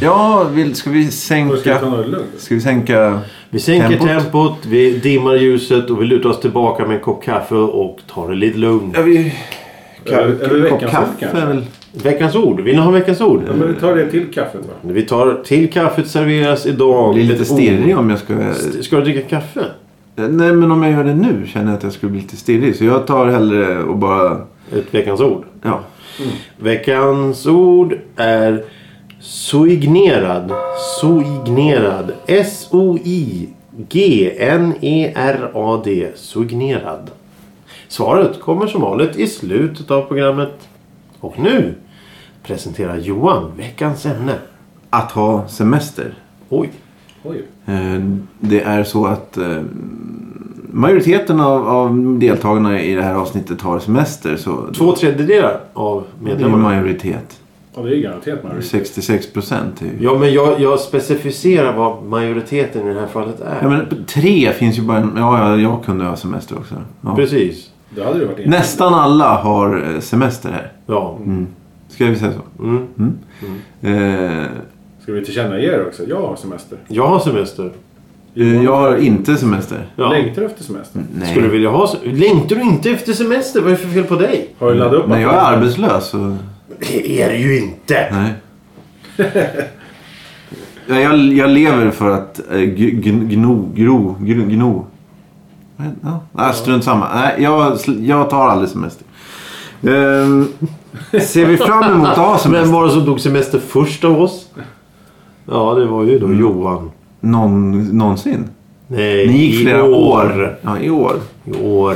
Ja, vill, ska vi sänka... Då ska vi ta något lugnt. Ska vi sänka... Vi sänker Tempot. tempot. vi dimmar ljuset och vi lutar oss tillbaka med en kopp kaffe och tar det lite lugnt. Ja, vi... Ka- Eller- eller kopp veckans ord, kaffe kanske. är väl... Veckans ord. Vill ni ha veckans ord? Ja, men vi tar det till kaffet va? Vi tar till kaffet serveras idag. Jag blir lite Ett stirrig ord. om jag ska... Ska du dricka kaffe? Nej, men om jag gör det nu känner jag att jag skulle bli lite stirrig. Så jag tar hellre och bara... Ett veckans ord. Ja. Veckans ord är soignerad. Soignerad. E S-O-I-G-N-E-R-A-D. Soignerad. Svaret kommer som vanligt i slutet av programmet. Och nu presenterar Johan veckans ämne. Att ha semester. Oj. Oj. Eh, Det är så att eh, majoriteten av, av deltagarna i det här avsnittet har semester. Så Två tredjedelar av det är ju medlemmarna. majoritet. Ja, det är garanterat Marie. 66 procent. Är ju. Ja, men jag, jag specificerar vad majoriteten i det här fallet är. Ja, men tre finns ju bara en... Ja, ja, jag kunde ha semester också. Ja. Precis. Det hade ju varit intressant. Nästan alla har eh, semester här. Ja. Mm. Ska vi säga så? Mm. Eh, Ska vi tillkänna er också? Jag har semester. Jag har semester. eh, jag har inte semester. Ja. Längtar efter semester? Nej. Skulle du vilja ha se- Längtar du inte efter semester? Vad är det för fel på dig? Har du laddat upp Nej, jag är apparaten? arbetslös. Så... Det är det ju inte! Nej. Ja, jag, jag lever för att eh, g- gn- gno, gro, gro, gno. Men, Ja, nej, strunt samma. Nej, jag, sl- jag tar aldrig semester. Ehm, ser vi fram emot att ha Vem semester? var det som tog semester först av oss? Ja, det var ju då Johan. Någon, någonsin? Nej, Mm. Ni gick i flera år. Ja, i år. I år.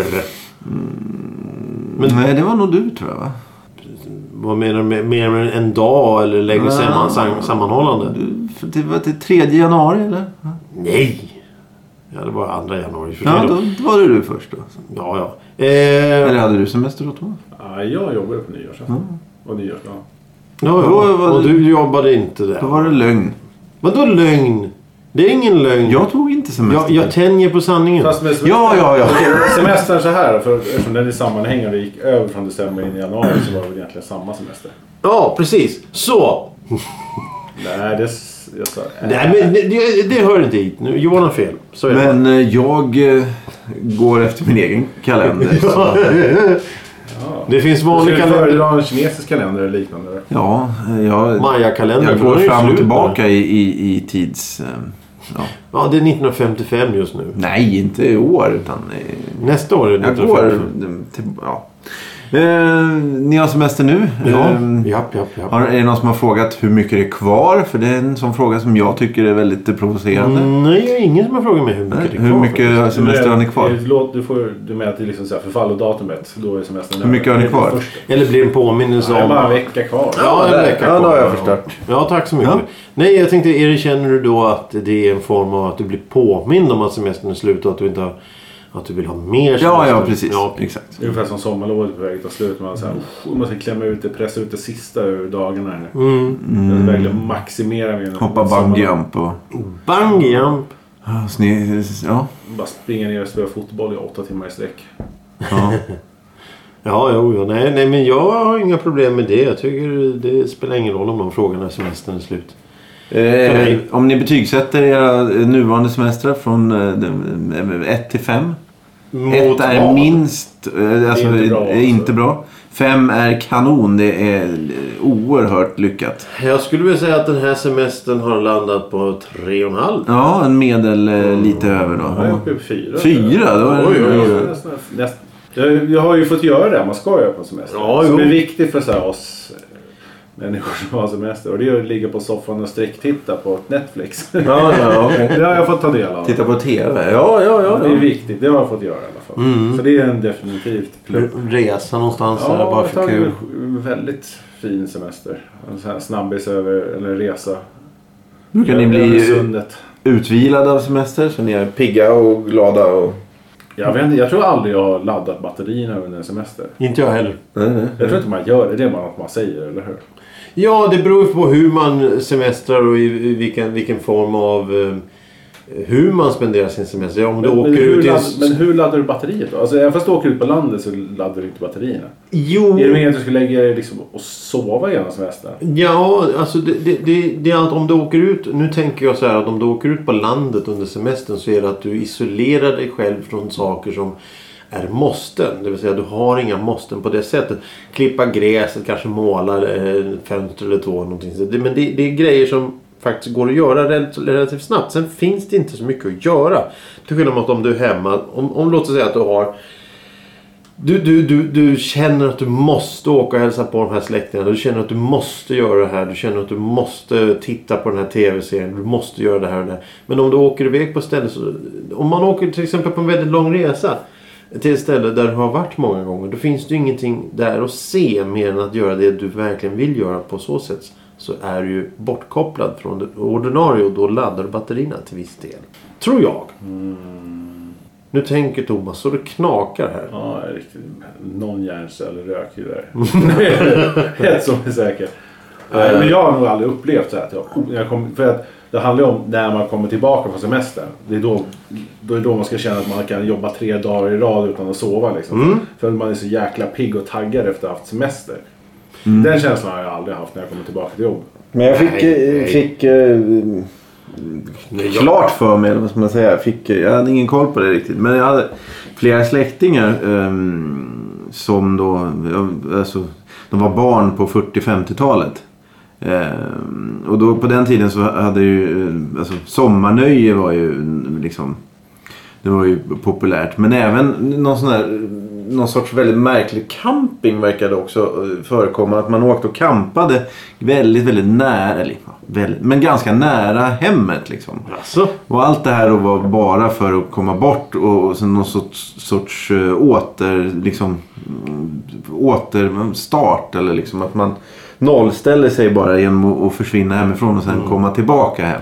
Men- Nej, det var nog du tror jag va? Vad menar du med mer än en dag eller Ah. längre samman, sam, sammanhållande? Du, för det var till 3 januari eller? Ja, Nej! Ja, det var andra januari. För Ja, det då då. var det du först då. ja, ja. Eh, Eller hade du semester då Thomas? Ja, jag jobbade på nyårsafton. Mm. Och nyårsdagen. Då ja, ja. var Och det- du jobbade inte Då där. var det lögn. Vadå lögn? Det är ingen lögn. Jag tog inte semester. jag, jag tänjer på sanningen. Fast med semester, Ja, ja, ja. semestern så här, för eftersom den är sammanhängande gick över från december in i januari så var det väl egentligen samma semester. Ja, precis. Så! Nej, det... s- Jag sa, äh. Nej, men det, det, det hör inte hit. Nu, Johan har fel. Så är det. Men eh, jag eh, går efter min egen kalender. Så, Det finns Skulle vanlig du kalender. föredra en kinesisk kalender eller liknande? eller? ja, eh, jag, Maya-kalendern. jag för den går är ju fram och slut tillbaka nu. i, i, i tids... eh, Ja. Ja, det är 1955 just nu. Nej, inte i år. Utan eh, Nästa år är det jag går... 1955. eh, Till, ja. eh, ni har semester nu. Eh, Ja, Mm. japp, japp, japp. har, är det någon som har frågat hur mycket det är kvar? För det är en sån fråga som jag tycker är väldigt provocerande. Nej, det är ingen som har frågat mig hur Mm. mycket det är Hur kvar mycket Alltså, semester har ni kvar? Du, låt- du, får, du menar att det är liksom så här förfallodatumet, då är semestern Hur mycket har ni kvar? Först- faktiskt. Eller blir det en påminnelse Det är om... bara en vecka kvar. Ja, en där. Ja, vecka kvar. då har jag förstört. Ja, tack så mycket. Ja. Nej, jag tänkte, är det, känner du då att det är en form av att du blir påmind om att semestern är slut och att du inte har... Att du vill ha mer semester? Ja, ja, precis. Ja, Exakt. Det är Ungefär som sommarlovet på väg att ta slut. Man, så Mm. här, "Oh, man ska klämma ut det, pressa ut det sista ur dagarna. här nu." Mm. Verkligen maximera vi Hoppa bungyjump och... Bungee jump. Ja, sne, ja. Bara springa ner och spela fotboll i åtta timmar i sträck. ja. Ja, jo, jo. Nej, nej, men jag har inga problem med det. Jag tycker det spelar ingen roll om de frågar när semestern är slut. Eh, om ni betygsätter era eh, nuvarande semestrar från 1 till 5. 1 är vad? minst, eh, alltså, inte inte, bra, bra, alltså. inte bra. 5 är kanon, det är eh, oerhört lyckat. Jag skulle vilja säga att den här semestern har landat på tre och en halv. Ja, en medel eh, lite över Jag är då. uppe i fyra. Fyra, då är det- oj, oj, oj. Nästan- nästan- Jag, jag har ju fått göra det man ska göra på semester. Ja, som jo. är viktigt för så här, oss eh, människor som har semester. Och det är att ligga på soffan och sträcktitta på Netflix. Ja, ja, det har jag fått ta del av. Titta på TV. Ja, ja, ja. Det är viktigt, det har jag fått göra i alla fall. Mm. Så det är en definitivt plus. Resa någonstans Ja, där jag bara har för tagit kul. en väldigt fin semester. En sån här snabbis över, eller resa. Brukar ni Över bli sundet. utvilade av semester så ni är pigga och glada? Och... Jag, vet, inte, jag tror aldrig jag har laddat batterierna under en semester. Inte jag heller. Nej, nej. Jag tror inte man gör det, det är bara något man säger, eller hur? Ja, det beror ju på hur man semestrar och i i vilken, vilken form av... eh, Hur man spenderar sin semester. Ja, om du Men, åker men, hur ut i... en- ladd, men hur laddar du batteriet då? Alltså, även fast du åker ut på landet så laddar du inte batterierna. Jo! Är det meningen att du ska lägga dig liksom och sova hela semestern? Ja, alltså det, det, det, det är att om du åker ut... Nu tänker jag så här att om du åker ut på landet under semestern så är det att du isolerar dig själv från saker som är måsten. Det vill säga du har inga måsten på det sättet. Klippa gräset, kanske måla eh, fönster eller två. Någonting. Så det, men det, det är grejer som faktiskt går att göra rel- relativt snabbt. Sen finns det inte så mycket att göra. Till skillnad mot om du är hemma. Om, om låt oss säga att du har du, du, du, du känner att du måste åka och hälsa på de här släktingarna. Du känner att du måste göra det här. Du känner att du måste titta på den här tv-serien. Du måste göra det här och det här. Men om du åker iväg på ett ställe. Så, om man åker till exempel på en väldigt lång resa. Till ett ställe där du har varit många gånger. Då finns det ju ingenting där att se mer än att göra det du verkligen vill göra. På så sätt så är du ju bortkopplad från det ordinarie och då laddar du batterierna till viss del. Tror jag. Nu tänker Thomas så det knakar här. Ja, riktigt. Någon hjärncell röker ju där. Ett som är säkert. Nej, men jag har nog aldrig upplevt så här att jag, oh, jag kom, för att Det handlar ju om när man kommer tillbaka från semestern. Det är då, då, är då man ska känna att man kan jobba tre dagar i rad utan att sova. Liksom. För att man är så jäkla pigg och taggad efter att ha haft semester. Den känslan har jag aldrig haft när jag kommer tillbaka till jobb. Men jag fick, Nej, nej. fick eh, klart för mig, eller vad ska man säga? Fick, eh, jag hade ingen koll på det riktigt. Men jag hade flera släktingar ehm, som då, ja, alltså, de var barn på 40-50-talet. Ehm, och då på den tiden så hade ju, eh, alltså sommarnöje var ju mm, liksom, det var ju populärt. Men även någon sån här, någon sorts väldigt märklig camping verkade också eh, förekomma. Att man åkte och campade väldigt, väldigt nära, eller, ja, väldigt, men ganska nära hemmet liksom. Alltså. Och allt det här då var bara för att komma bort och och sen någon sorts, sorts eh, åter, liksom, mm, återstart. Eller liksom att man nollställer sig bara genom att- att försvinna hemifrån och sen komma tillbaka hem.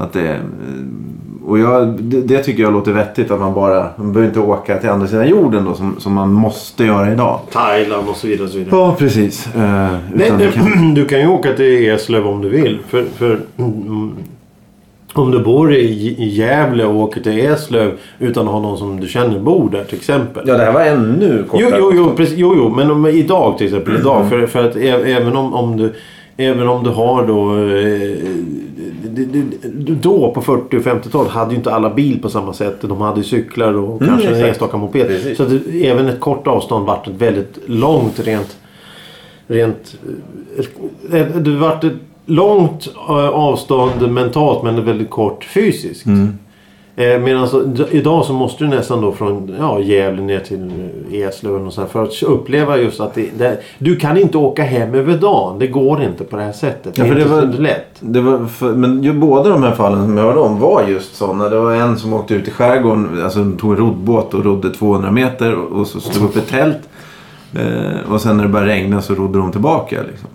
Att det, eh, och jag, det, det tycker jag låter vettigt att man bara, man behöver inte åka till andra sidan jorden då som, som man måste göra idag. Thailand och så vidare. Och så vidare. Ja, precis. Eh, Nej, utan det kan- du, du kan ju åka till Eslöv om du vill. För, för, mm, om du bor i J- i Gävle och åker till Eslöv utan att ha någon som du känner bor där till exempel. Ja, det här var ännu Jo, kortare. Mm. jo, jo, precis, jo, jo, men om, idag till exempel. Idag, för, för att ä- även om, om du Även om du har då... eh, d- d- d- Då på 40 och 50-talet hade ju inte alla bil på samma sätt. De hade ju cyklar och kanske en Mm, exakt. enstaka moped. Precis. Så att det, även ett kort avstånd vart ett väldigt långt rent... rent eh, ett, det vart ett långt eh, avstånd mentalt men ett väldigt kort fysiskt. Mm. Eh, Medan så- d- idag så måste du nästan då från ja, Gävle ner till eh, Eslöv och så här för att uppleva just att det, det, du kan inte åka hem över dagen. Det går inte på det här sättet. Det är Ja, för inte det var- så lätt. Det var för, men ju, båda de här fallen som jag hörde om var just sådana. Det var en som åkte ut i skärgården, alltså tog en roddbåt och rodde 200 meter och, och så slog upp ett tält. Eh, och sen när det började regna så rodde de tillbaka. Liksom.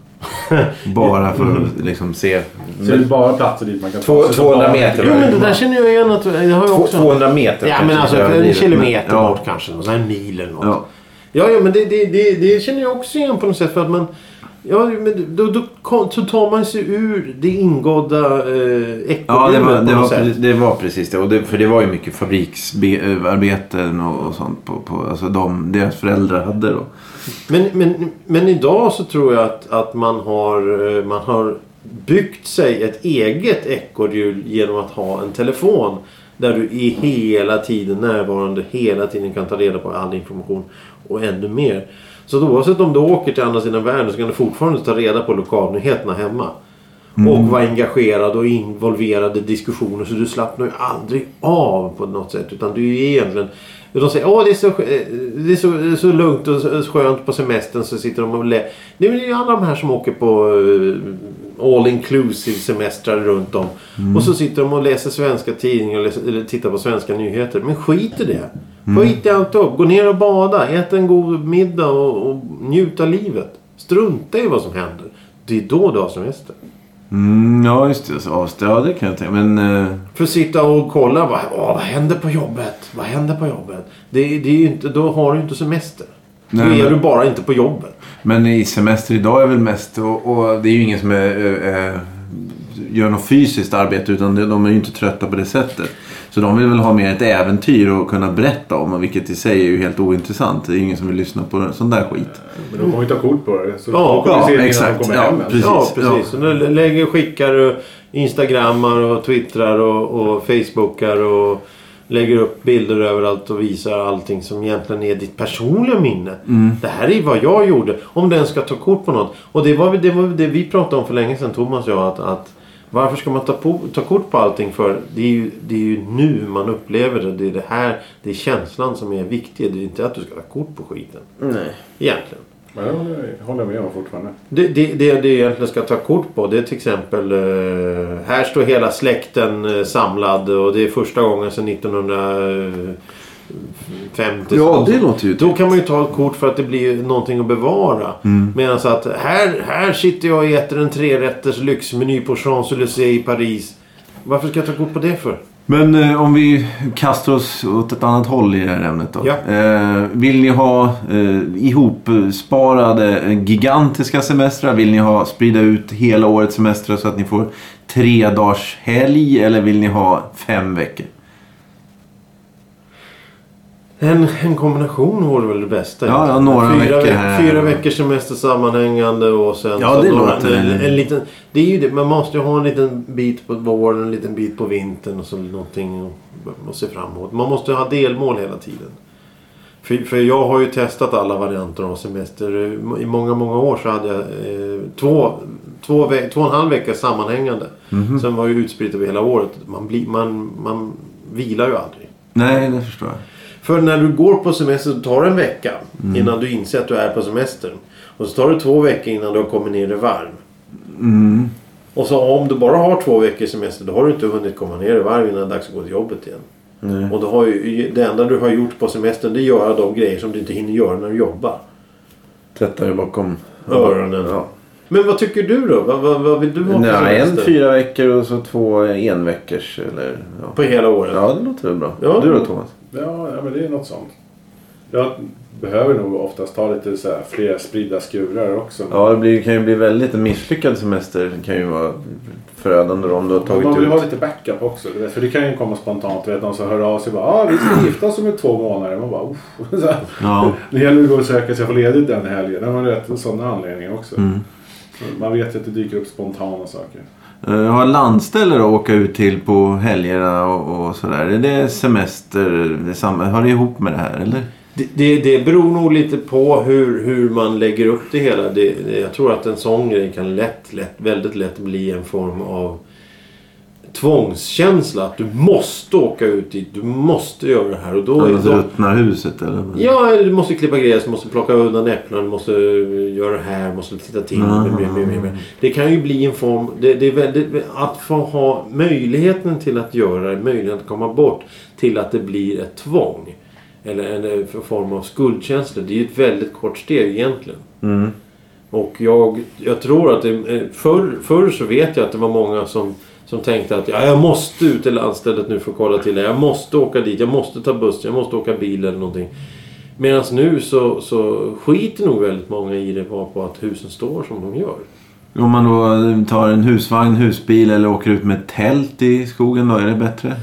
Bara för Mm. att liksom, se. Så det är bara platser dit man kan Två- ta sig som 200 barn. meter. Jo men det där känner jag igen att eh, det har jag Två- också. 200 meter Ja men kanske, alltså jag en överdrivet, kilometer men- ja. bort kanske. Någon sån här mil eller något. Ja. Ja, ja men det, det, det, det känner jag också igen på något sätt. För att man, ja, men då, då, kom- så tar man sig ur det ingådda eh, Ja, det ekorrhjulet var, på det, något var, sätt. det var precis det. Och det. För det var ju mycket fabriksarbeten och, och sånt. På, på, alltså de, deras föräldrar hade då. Men, men, men idag så tror jag att, att man, har, eh, man har byggt sig ett eget ekorrhjul genom att ha en telefon. Där du är hela tiden närvarande, hela tiden kan ta reda på all information och ännu mer. Så att oavsett om du åker till andra sidan världen så kan du fortfarande ta reda på lokalnyheterna hemma. Och vara engagerad och involverad i diskussioner. Så du slappnar ju aldrig av på något sätt. Utan du är ju egentligen... De säger åh det är så, skö- det är så, det är så lugnt och så skönt på semestern. Så sitter de och lä... Det är ju alla de här som åker på eh, all inclusive semestrar runt om. Och så sitter de och läser svenska tidningar och läser, eller tittar på svenska nyheter. Men skit i det. Skit i allt upp. Gå ner och bada. Ät en god middag och, och njut av livet. Strunta i vad som händer. Det är då du har semester. Mm, ja, just det. Så avställ- Ja, det kan jag tänka Men eh, För att sitta och kolla. Vad, åh, vad händer på jobbet? Vad händer på jobbet? Det, det är ju inte, då har du ju inte semester. Nej, då är men- du bara inte på jobbet. Men i semester idag är väl mest... Och, och det är ju ingen som är, eh, eh, gör något fysiskt arbete utan det- de är ju inte trötta på det sättet. Så de vill väl ha mer ett äventyr och kunna berätta om och vilket i sig är ju helt ointressant. Det är ingen som vill lyssna på sån där skit. Men de kommer ju ta kort på det. Så Ja, då kommer vi ja, se innan exakt. de kommer Ja, hem. alltså. ens. precis. Ja, precis. Och nu lägger, skickar du instagrammar och twittrar och, och facebookar och lägger upp bilder överallt och visar allting som egentligen är ditt personliga minne. Det här är vad jag gjorde. Om den ska ta kort på något. Och det var väl- det, var väl det vi pratade om för länge sedan, Thomas och jag. Att, att varför ska man ta, på, ta kort på allting för? Det är, ju, det är ju nu man upplever det. Det är det här, det är känslan som är viktig. Det är inte att du ska ta kort på skiten. Nej. Egentligen. Men det håller jag- håller jag med om fortfarande. Det, det, det du egentligen ska ta kort på det är till exempel eh, här står hela släkten eh, samlad och det är första gången sedan 1950. Ja, det låter ju... Då kan man ju ta ett kort för att det blir ju någonting att bevara. Mm. Medan så att här, här sitter jag och äter en trerätters lyxmeny på Champs-Élysées i Paris. Varför ska jag ta kort på det för? Men eh, om vi kastar oss åt ett annat håll i det här ämnet då. Ja. Eh, vill ni ha eh, ihopsparade eh, gigantiska semestrar? Vill ni ha sprida ut hela årets semestrar så att ni får tre dagars helg? Eller vill ni ha fem veckor? En, en kombination vore väl det bästa. Ja, ja, några fyra, veckor veck- här. fyra veckors semester sammanhängande och sen... Ja, så det några- låter- en, en liten, det är ju det, man måste ju ha en liten bit på våren, en liten bit på vintern och så någonting att- att se fram emot. Man måste ju ha delmål hela tiden. För, för jag har ju testat alla varianter av semester. I många, många år så hade jag eh, två, två, ve- två och en halv vecka sammanhängande. Mhm. Sen var jag ju utspritt över hela året. Man, blir man, man vilar ju aldrig. Nej, det förstår jag. För när du går på semester så tar det en vecka innan du inser att du är på semestern. Och så tar det två veckor innan du har kommit ner i varv. Och så om du bara har två veckor semester då har du inte hunnit komma ner i varv innan det är dags att gå till jobbet igen. Och då har ju, det enda du har gjort på semestern det är att göra de grejer som du inte hinner göra när du jobbar. Tvättar ju bakom Öronen. Men vad tycker du då? Vad, vad, vad vill du ha på semester? veckor och så två en veckors eller... På hela året? det låter väl bra. Ja. Du då, Thomas? Ja, ja, men det är något sånt. Jag behöver nog oftast ta lite så här fler spridda skurar också. Ja, det blir, kan ju bli väldigt en misslyckad semester. Det kan ju vara förödande om du har Men man vill ha lite backup också. Du vet, för det kan ju komma spontant. Du vet, någon som hör av sig och bara ah, vi ska gifta oss om ett två månader. Man bara uff. Så här. Ja. Det gäller ju att gå och söka sig och få ledigt den helgen. Det var rätt sådana anledningar också. Man vet ju att det dyker upp spontana saker. Eh, Har landställe då att åka ut till på helgerna och, och sådär? Är det semester? Det är samma, hör det ihop med det här eller? Det, det, det beror nog lite på hur, hur man lägger upp det hela. Det, det, jag tror att en sån grej kan lätt, lätt, väldigt lätt bli en form av tvångskänsla. Att du måste åka ut dit, du måste göra det här. Och då, Annars då, ruttnar huset eller? ja, eller du måste klippa gräs, du måste plocka undan äpplen, du måste göra det här, du måste titta till. Mm. Mm. Det kan ju bli en form... Det, det är väldigt, att få ha möjligheten till att göra det, möjligheten att komma bort till att det blir ett tvång. Eller en eh, form av skuldkänsla. Det är ju ett väldigt kort steg egentligen. Mm. Och jag, jag tror att det, eh, förr, förr så vet jag att det var många som, som tänkte att ja, jag måste ut till landstället nu för att kolla till det. Jag måste åka dit, jag måste ta bussen, jag måste åka bil eller någonting. Medan nu så, så skiter nog väldigt många i det bara på att husen står som de gör. Om man då eh, tar en husvagn, husbil eller åker ut med ett tält i skogen då? Är det bättre?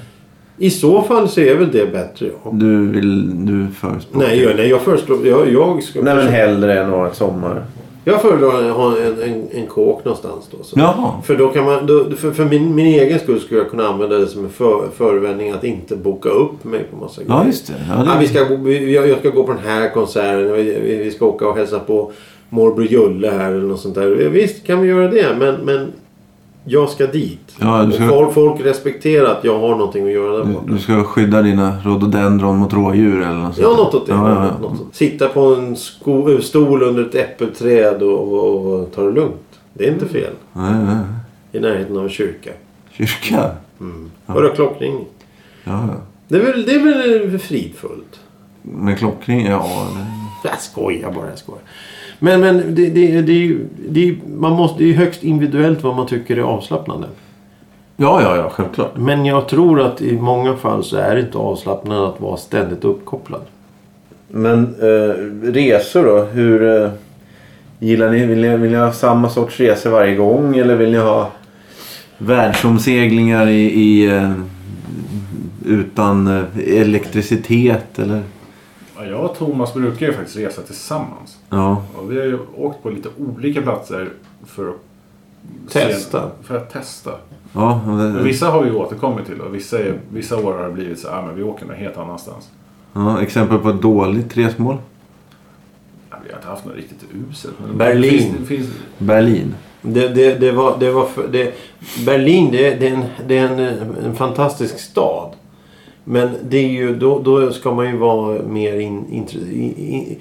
I så fall så är väl det bättre. Ja. Du vill... Du förespråkar... Nej, jag, nej, jag föreslår... Jag, jag, ska, hellre än att ha ett sommar. jag föredrar att ha en, en, en kåk någonstans då. Så. Jaha. För, då kan man, då, för, för min, min egen skull skulle jag kunna använda det som en för, förevändning att inte boka upp mig på massa Ja just det. Ja, det... Ja, vi ska, bo- vi, jag jag ska gå på den här konserten. Vi, vi vi ska åka och hälsa på morbror Julle här eller något sånt där. Visst kan vi göra det men, men jag ska dit. Ja, du ska- Mm. Och folk, folk respekterar att jag har någonting att göra där borta. Du, du ska skydda dina rhododendron mot rådjur eller något sånt Ja, där. något åt det. Ja, ja, ja. Något åt. Sitta på en sko, stol under ett äppelträd och, och, och ta det lugnt. Det är inte Mm. fel. Nej, nej, nej. I närheten av en kyrka. Kyrka? Höra klockring. Ja, ja. Det är väl, det är väl fridfullt. Med klockring? Ja. det- Jag skojar bara, jag skojar. Men, men det, det, det, är ju- det, är ju- man måste, det är ju högst individuellt vad man tycker är avslappnande. Ja, ja, ja, självklart. Men jag tror att i många fall så är det inte avslappnande att vara ständigt uppkopplad. Men eh, resor då? Hur eh, gillar ni? Vill ni, vill ni ha samma sorts resor varje gång? Eller vill ni ha världsomseglingar i, i, eh, utan eh, elektricitet? Eller? Ja, jag och Thomas brukar ju faktiskt resa tillsammans. Ja. Och vi har ju åkt på lite olika platser för att Testa. För att testa. ja och Men det, vissa har vi ju återkommit till och vissa, är, vissa år har det blivit så ah, men vi åker någon helt annanstans. ja, exempel på ett dåligt resmål? Ja, vi har inte haft något riktigt uselt. men- Berlin. Finns, det finns, Berlin. Det, det, det var, det var för, det, Berlin det, det är, en, det är en, en fantastisk stad. Men det är ju, då, då ska man ju vara mer in, intre- i- i-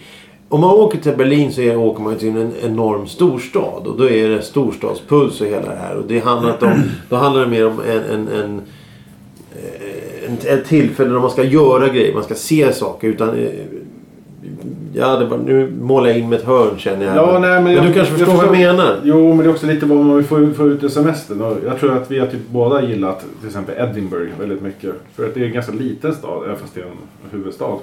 Om man åker till Berlin så är, åker man ju till en enorm storstad. Och då är det storstadspuls och hela det här. Och det handlar inte om, då handlar det mer om en, en, en eh, en- ett tillfälle då man ska göra grejer, man ska se saker. Utan, eh, ja, det var, nu målar jag in med ett hörn känner jag. Ja, nej, men jag- du kanske jag förstår vad förstår. jag menar? jo, men det är också lite vad man vill få, få ut i semestern. Och jag tror att vi har typ båda gillat till exempel Edinburgh väldigt mycket. För att det är en ganska liten stad, även fast det är en huvudstad.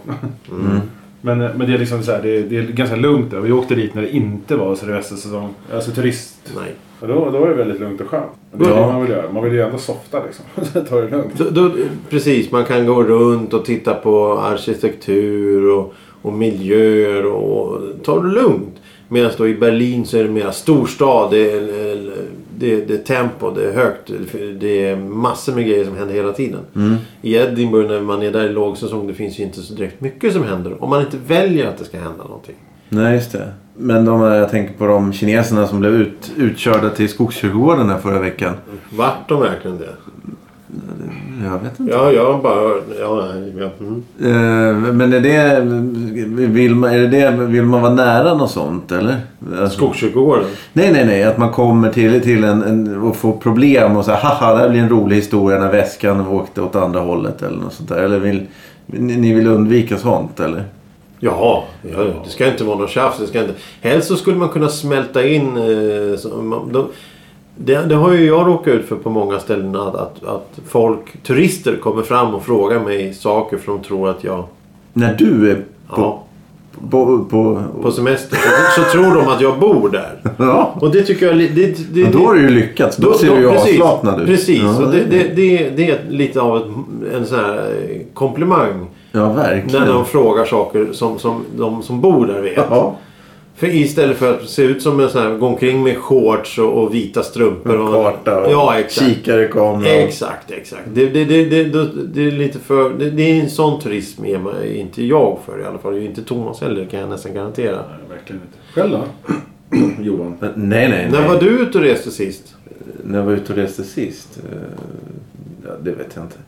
Mm. Men, men det är liksom så här, det är, det är ganska lugnt där. Vi åkte dit när det inte var semestersäsong. Alltså turist. Nej. Och då, då är det väldigt lugnt och skönt. Och Det är Ja. det man vill göra. Man vill ju ändå softa liksom. Så Ta det lugnt. Då, då, precis, man kan gå runt och titta på arkitektur och, och miljöer och ta det lugnt. Medan då i Berlin så är det mer storstad. Det är, det, är- det är tempo, det är högt. Det är massor med grejer som händer hela tiden. I Edinburgh när man är där i lågsäsong det finns ju inte så direkt mycket som händer. Om man inte väljer att det ska hända någonting. Nej, just det. Men de, här- jag tänker på de kineserna som blev ut, utkörda till Skogskyrkogården här förra veckan. Vart de verkligen det? Mm. Jag vet inte. Ja, jag har bara hört... Ja, nej, ja, mm. Eh, Men är det, vill man, är det, det vill man vara nära något sånt eller? Alltså- Skogskyrkogården. Nej, nej, nej. Att man kommer till, till en, en och får problem och säger haha, det här blir en rolig historia när väskan åkte åt andra hållet eller något sånt där. Eller vill, ni, ni vill undvika sånt eller? Ja, ja, det ska inte vara något tjafs. Det ska inte... Helst så skulle man kunna smälta in... Eh, så, man, de, det, det har ju jag råkat ut för på många ställen att, att, att folk, turister kommer fram och frågar mig saker för de tror att jag... När du är på... Ja, på, på, på semester. Så, så tror de att jag bor där. ja. Och det tycker jag... är li- Det, det, Men då har du ju lyckats. Då, ser du ju precis, avslappnad ut. Precis, Ja, och det, det, det, det är lite av ett, en sån här eh, komplimang. ja När verkligen. de frågar saker som, som de som bor där vet. Ja. För istället för att se ut som en sån här, gå omkring med shorts och, och vita strumpor. Och, Karta och ja, exakt. kikare kameran. Exakt, exakt. Det, det, det, det, det, det är lite för... Det, det är en sån turism är man, är inte jag för i alla fall. Det är Inte Thomas heller kan jag nästan garantera. Nej, verkligen inte. Själv då? Johan? Men Nej, nej, nej. När var du ute och reste sist? När jag var ute och reste sist? Eh, Ja, det vet jag inte.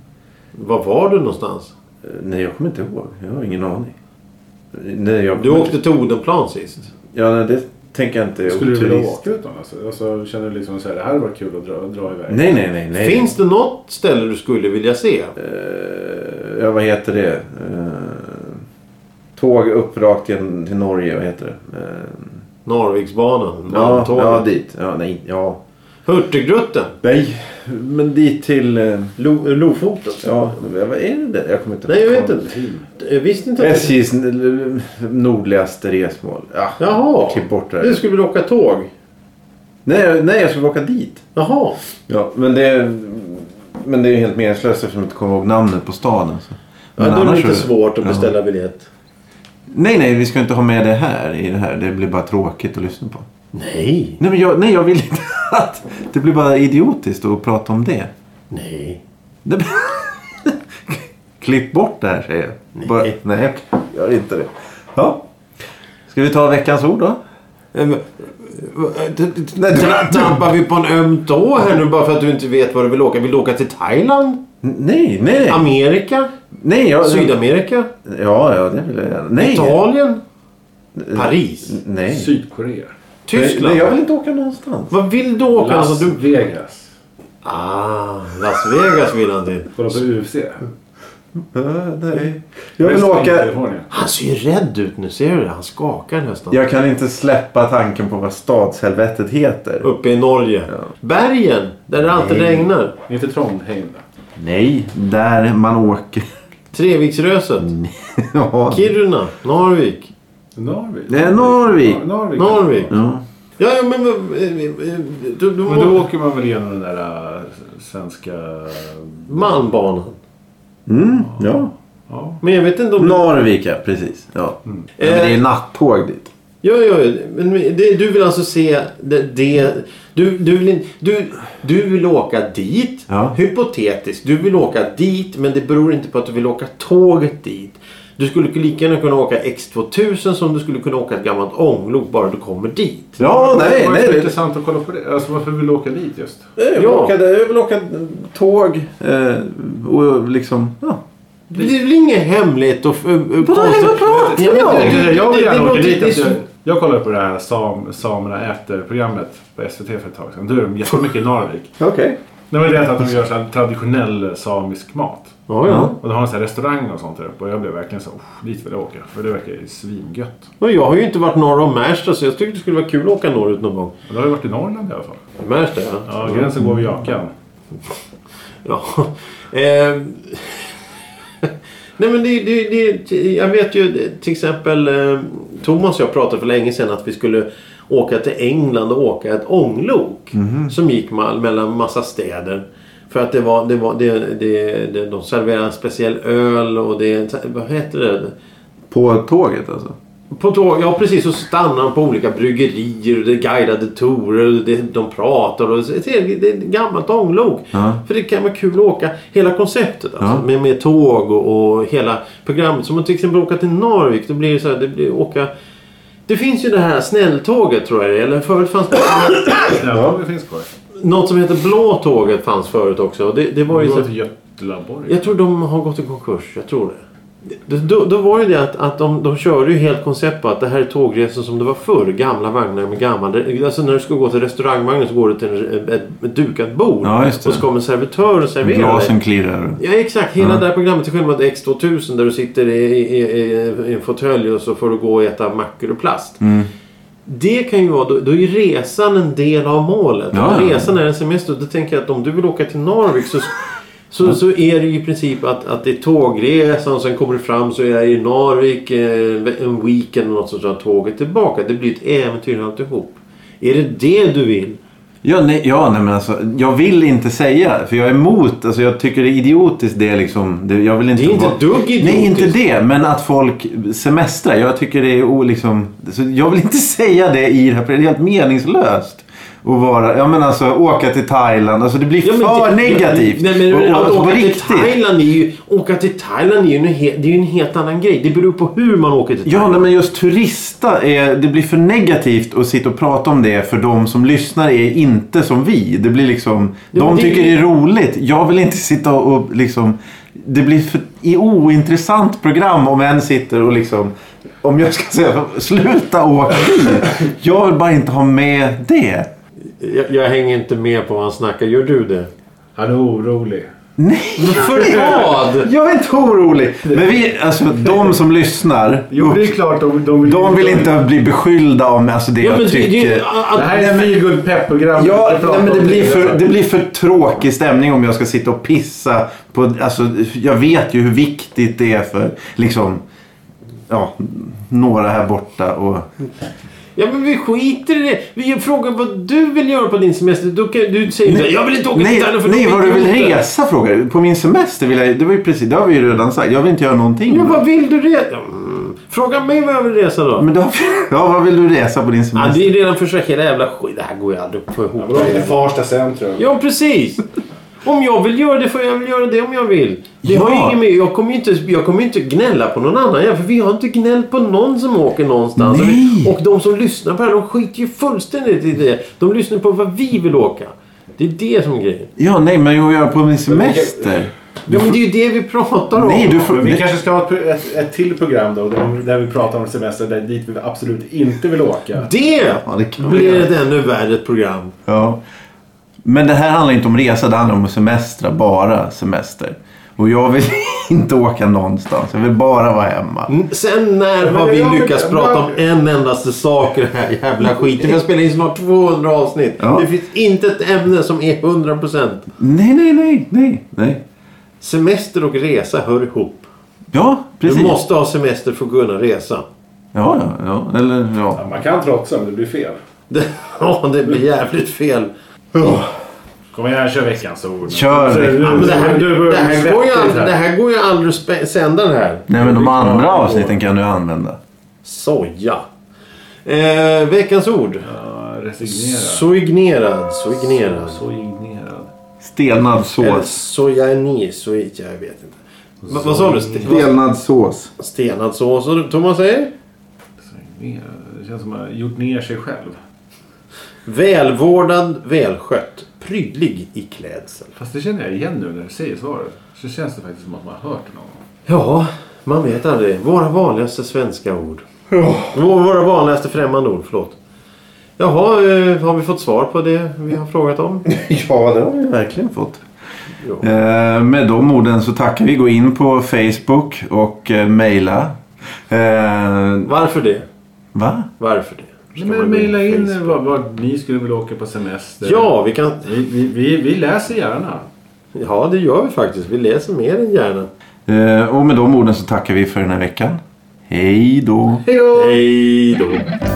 Var var du någonstans? Eh, Nej, jag kommer inte ihåg. Jag har ingen aning. Eh, Nej, jag Du kommer- åkte till Odenplan sist. Ja, nej, det tänker jag inte. Jag Skulle är du vilja turist. åka utomlands? Alltså, känner du liksom att det här var kul att dra, dra iväg? Nej, nej, nej. nej. Finns det något ställe du skulle vilja se? Eh, Ja, vad heter det? Eh, Tåg upp rakt till, till Norge, vad heter det? Eh, Narviksbanan? Ja, Malmtorget? ja, dit. Ja, nej, ja. Hurtigruten? Nej, men dit till... eh, Lo, Lofoten? Ja, vad är det där? Jag kommer inte Nej, jag vet ihåg. inte. Eh, Visste inte att det- SJs n- nordligaste resmål. Ja, Jaha. Klipp bort det här. Du skulle vilja åka tåg? Nej, nej, jag skulle åka dit. Jaha. Ja, men det, men det är ju helt meningslöst eftersom jag inte kommer ihåg namnet på staden. Så. Men då är det annars lite så- svårt att Ja. beställa biljett. Nej, nej, vi ska inte ha med det här i det här. Det blir bara tråkigt att lyssna på. Nej. Nej, men jag, nej, jag vill inte att... Det blir bara idiotiskt att prata om det. Nej. det blir- Klipp bort det här, säger jag. Nej. Bara, nej, gör inte det. Äh, Ja. Ska vi ta veckans ord då? Eh, Trampar vi på en öm tå här nu bara för att du inte vet var du vill åka? Vill du åka till Thailand? N- Nej, nej. Amerika? nej jag, Sydamerika? Ja, ja, det vill jag gärna. Nej. Italien? Paris? Nej. Sydkorea. Nej, jag vill Tyskland? inte åka någonstans. Vad vill du åka? Las Alltså, du... Vegas. Ah, Las Vegas vill han till. Kolla på UFC. Äh, nej. Jag vill Resten av åka... Kalifornien. Han ser ju rädd ut nu. Ser du det? Han skakar nästan. Jag kan inte släppa tanken på vad stadshelvetet heter. Uppe i Norge. Bergen, där det alltid regnar. Inte Trondheim. då. Nej, där man åker. Treviksröset. ja. Kiruna. Narvik. Narvik? Nej, Narvik. Ja, Narvik. Narvik. Ja. Ja, ja, men... eh, eh, eh, Du, du, Men då åker man väl igenom den där äh, svenska... Malmbanan. Mm, ja. Ja. Men jag vet inte om... Narvik, ja. Precis. Ja. Ja, men det är nattåg dit. Ja, ja, ja. men det, du vill alltså se det... det du, du, vill, in- du, du vill åka dit. Ja. Hypotetiskt. Du vill åka dit men det beror inte på att du vill åka tåget dit. Du skulle lika gärna kunna åka X2000 som du skulle kunna åka ett gammalt ånglok bara du kommer dit. Ja, nej, Varför nej. är det det- intressant att kolla på det? Alltså varför vill du åka dit just? Jag vill, Ja. åka, jag vill åka tåg eh, och liksom... Ja. Det är väl inget hemligt och... Vadå hemligt? Vad pratar ni om? Jag vill gärna åka dit. Det, Alltså, jag, det, jag kollade på det här Sam, Samerna äter-programmet på SVT för ett tag sedan. Då är de jättemycket i Narvik. Okej. Nej, men det är att de gör så här traditionell samisk mat. ja, ja. Och de har en sån här restaurang och sånt där uppe. Och jag blev verkligen så "Oh, dit vill jag åka. För det verkar ju svingött. Men jag har ju inte varit norr om Märsta så jag tyckte det skulle vara kul att åka norrut någon gång. Och då har jag varit i Norrland i alla fall. Märsta ja. Ja, gränsen går vid Jakan. Ja. Eh, Nej men det, det, det, jag vet ju till exempel eh, Thomas och jag pratade för länge sedan att vi skulle åka till England och åka ett ånglok. Som gick ma- mellan massa städer. För att det var, det var det, det, det, de serverade en speciell öl och det, vad heter det? På tåget alltså? På tåg, ja precis, så stannar de på olika bryggerier och det är guidade turer och det, de pratar och så, det är det är ett gammalt ånglok. Ja. För det kan vara kul att åka hela konceptet alltså, Ja. med, med tåg och, och hela programmet. Som att till exempel åka till Narvik, då blir det så här, det blir åka... Det finns ju det här snälltåget tror jag det är, eller förut fanns det Snälltåget finns kvar. något som heter blå tåget fanns förut också. Och Det, det var Vi ju så går här, till Göteborg. jag tror de har gått i konkurs. Jag tror det. Då, då, då var ju det att, att de, de körde ju helt koncept på att det här är tågresor som det var förr. Gamla vagnar med gamla... Alltså när du ska gå till restaurangvagnen så går du till en, ett, ett dukat bord. Ja, just det. Och så kommer en servitör och serverar Glasen klirrar. Ja exakt, hela Mm. det här programmet till skillnad mot X2000 där du sitter i, i, i, i en fåtölj och så får du gå och äta mackor och plast. Mm. Det kan ju vara, då, då är ju resan en del av målet. Ja, Om ja. Resan är en semester. Då tänker jag att om du vill åka till Narvik så, så, Mm. så är det ju i princip att, att det är tågresan och sen kommer du fram så är jag i Narvik eh, en weekend och något sånt. Så tar tåget tillbaka. Det blir ett äventyr alltihop. Är det det du vill? Ja, nej, ja, nej men alltså, jag vill inte säga. För jag är emot. Alltså, jag tycker det är idiotiskt. Det, är liksom, det, jag vill inte Det är inte vara- dugg idiotiskt. Nej, inte det. Men att folk semestrar. Jag tycker det är o, liksom, så Jag vill inte säga det i det här. för Det är helt meningslöst. Att vara, jag menar alltså, åka till Thailand. Alltså, det blir Ja, men för det- negativt. Nej, men att alltså, på åka till Thailand är ju, åka till Thailand är ju en, he- det är ju en helt annan grej. Det beror på hur man åker till Thailand. Ja, nej, men just turista, är, det blir för negativt att sitta och prata om det för de som lyssnar är inte som vi. Det blir liksom, Jo, de det- tycker det är roligt. Jag vill inte sitta och liksom, det blir för, i ointressant program om en sitter och liksom, om jag ska säga sluta åka bil. Jag vill bara inte ha med det. Jag, jag hänger inte med på vad han snackar. Gör du det? Han är orolig. Nej! För vad? Jag är inte orolig. Men vi, alltså de som lyssnar. Jo, det är klart de, de, vill, De vill inte bli beskyllda om alltså det Ja, jag men det, tycker. det, är- att, Det här är ett feelgood pepp-program. Ja, Vi pratar nej, men det, om blir för, här. det blir för tråkig stämning om jag ska sitta och pissa på... Alltså, jag vet ju hur viktigt det är för liksom, ja, några här borta. Och, ja, men vi skiter i det. Vi frågar vad du vill göra på din semester. Då kan, du säger inte jag vill inte åka till nej, Thailand för nej då vad vet du vill jag inte." resa frågar du. På min semester vill jag... Det, var ju precis, det har vi ju redan sagt. Jag vill inte göra någonting. Ja, vad vill du resa? Mm. Fråga mig vad jag vill resa då. men då, ja, vad vill du resa på din ja, semester? det är redan försök. Hela jävla skit. Det här går ju aldrig att få ihop. De åker till Farsta centrum. Ja, precis. Om jag vill göra det får jag väl göra det om jag vill. Det Ja. har ju ingen med. Jag kommer ju inte, jag kommer ju inte gnälla på någon annan. Ja, för vi har inte gnällt på någon som åker någonstans. Nej. Och de som lyssnar på det här, de skiter ju fullständigt i det. De lyssnar på vad vi vill åka. Det är det som är grejen. Ja, nej, men jag gör på min semester. Ja, men det är ju det vi pratar om. Nej, du Men vi får... kanske ska ha ett, ett, ett till program då, där- där vi pratar om semester där dit vi absolut inte vill åka. Det Ja, det kan vi blir göra. ett ännu värre program. Ja. Men det här handlar inte om resa, det handlar om semestra, bara semester. Och jag vill inte åka någonstans. Jag vill bara vara hemma. N- Mm, Sen när men har det vi gör vi lyckats det. prata om Men- en endaste sak i den här jävla skiten? Vi har spelat in snart 200 avsnitt. Ja. Det finns inte ett ämne som är 100%. Nej, nej, nej, nej, nej. Semester och resa hör ihop. Ja, Du precis. måste ha semester för att kunna resa. Ja, ja, ja. Eller ja. Ja, man kan trotsa men det blir fel. Det, ja, det blir jävligt fel. Kom igen, kör veckans ord. Kör Så, veckans nu- Alltså, Ja, men det, här, du börjar det, här bli går ju all, svettig här. det här går ju aldrig att spä- sända det här. Nej, men de andra avsnitten kan du använda. Soja. Eh, veckans ord. Ja, Resignerad. Soignerad. Soignerad. Så ignerad. Stelnad Eller sås. sojani. Soj, jag vet inte. Va, vad sa du? Ste- vad- Stelnad sås. Stenad sås. och Thomas säger? Resignerad. Det känns som att man har gjort ner sig själv. Välvårdad, välskött. Prydlig i klädsel. Fast det känner jag igen nu när du säger svaret. Så känns det faktiskt som att man har hört det någon gång. Ja, man vet aldrig. Våra vanligaste svenska ord. Vå- Våra vanligaste främmande ord, förlåt. Jaha, eh, har vi fått svar på det vi har frågat om? Ja, det har vi verkligen fått. Jo. Eh, med de orden så tackar vi. Gå in på Facebook och eh, mejla. Eh, Varför det? va? Varför det? Ska Nej, man men gå mejla på in Facebook? vart vart ni skulle vilja åka på semester. Ja, vi kan... Vi, vi, vi, vi läser gärna. Ja, det gör vi faktiskt. Vi läser mer än gärna. Eh, och med de orden så tackar vi för den här veckan. Hej då! Hej då! Hej då!